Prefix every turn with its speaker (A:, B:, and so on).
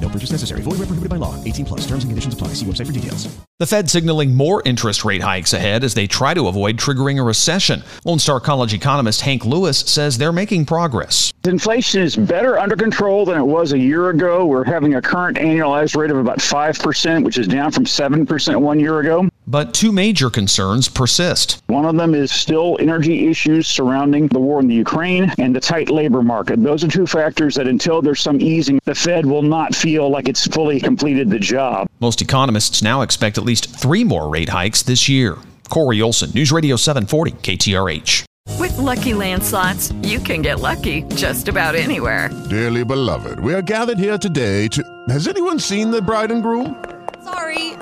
A: No purchase necessary. Void where prohibited by law. 18 plus. Terms and conditions apply. See website for details.
B: The Fed signaling more interest rate hikes ahead as they try to avoid triggering a recession. Lone Star College economist Hank Lewis says they're making progress.
C: Inflation is better under control than it was a year ago. We're having a current annualized rate of about 5%, which is down from 7% one year ago.
B: But two major concerns persist.
C: One of them is still energy issues surrounding the war in the Ukraine and the tight labor market. Those are two factors that until there's some easing, the Fed will not feel like it's fully completed the job.
B: Most economists now expect at least three more rate hikes this year. Corey Olson, News Radio 740, KTRH.
D: With Lucky Land slots, you can get lucky just about anywhere.
E: Dearly beloved, we are gathered here today to. Has anyone seen the bride and groom?
F: Sorry,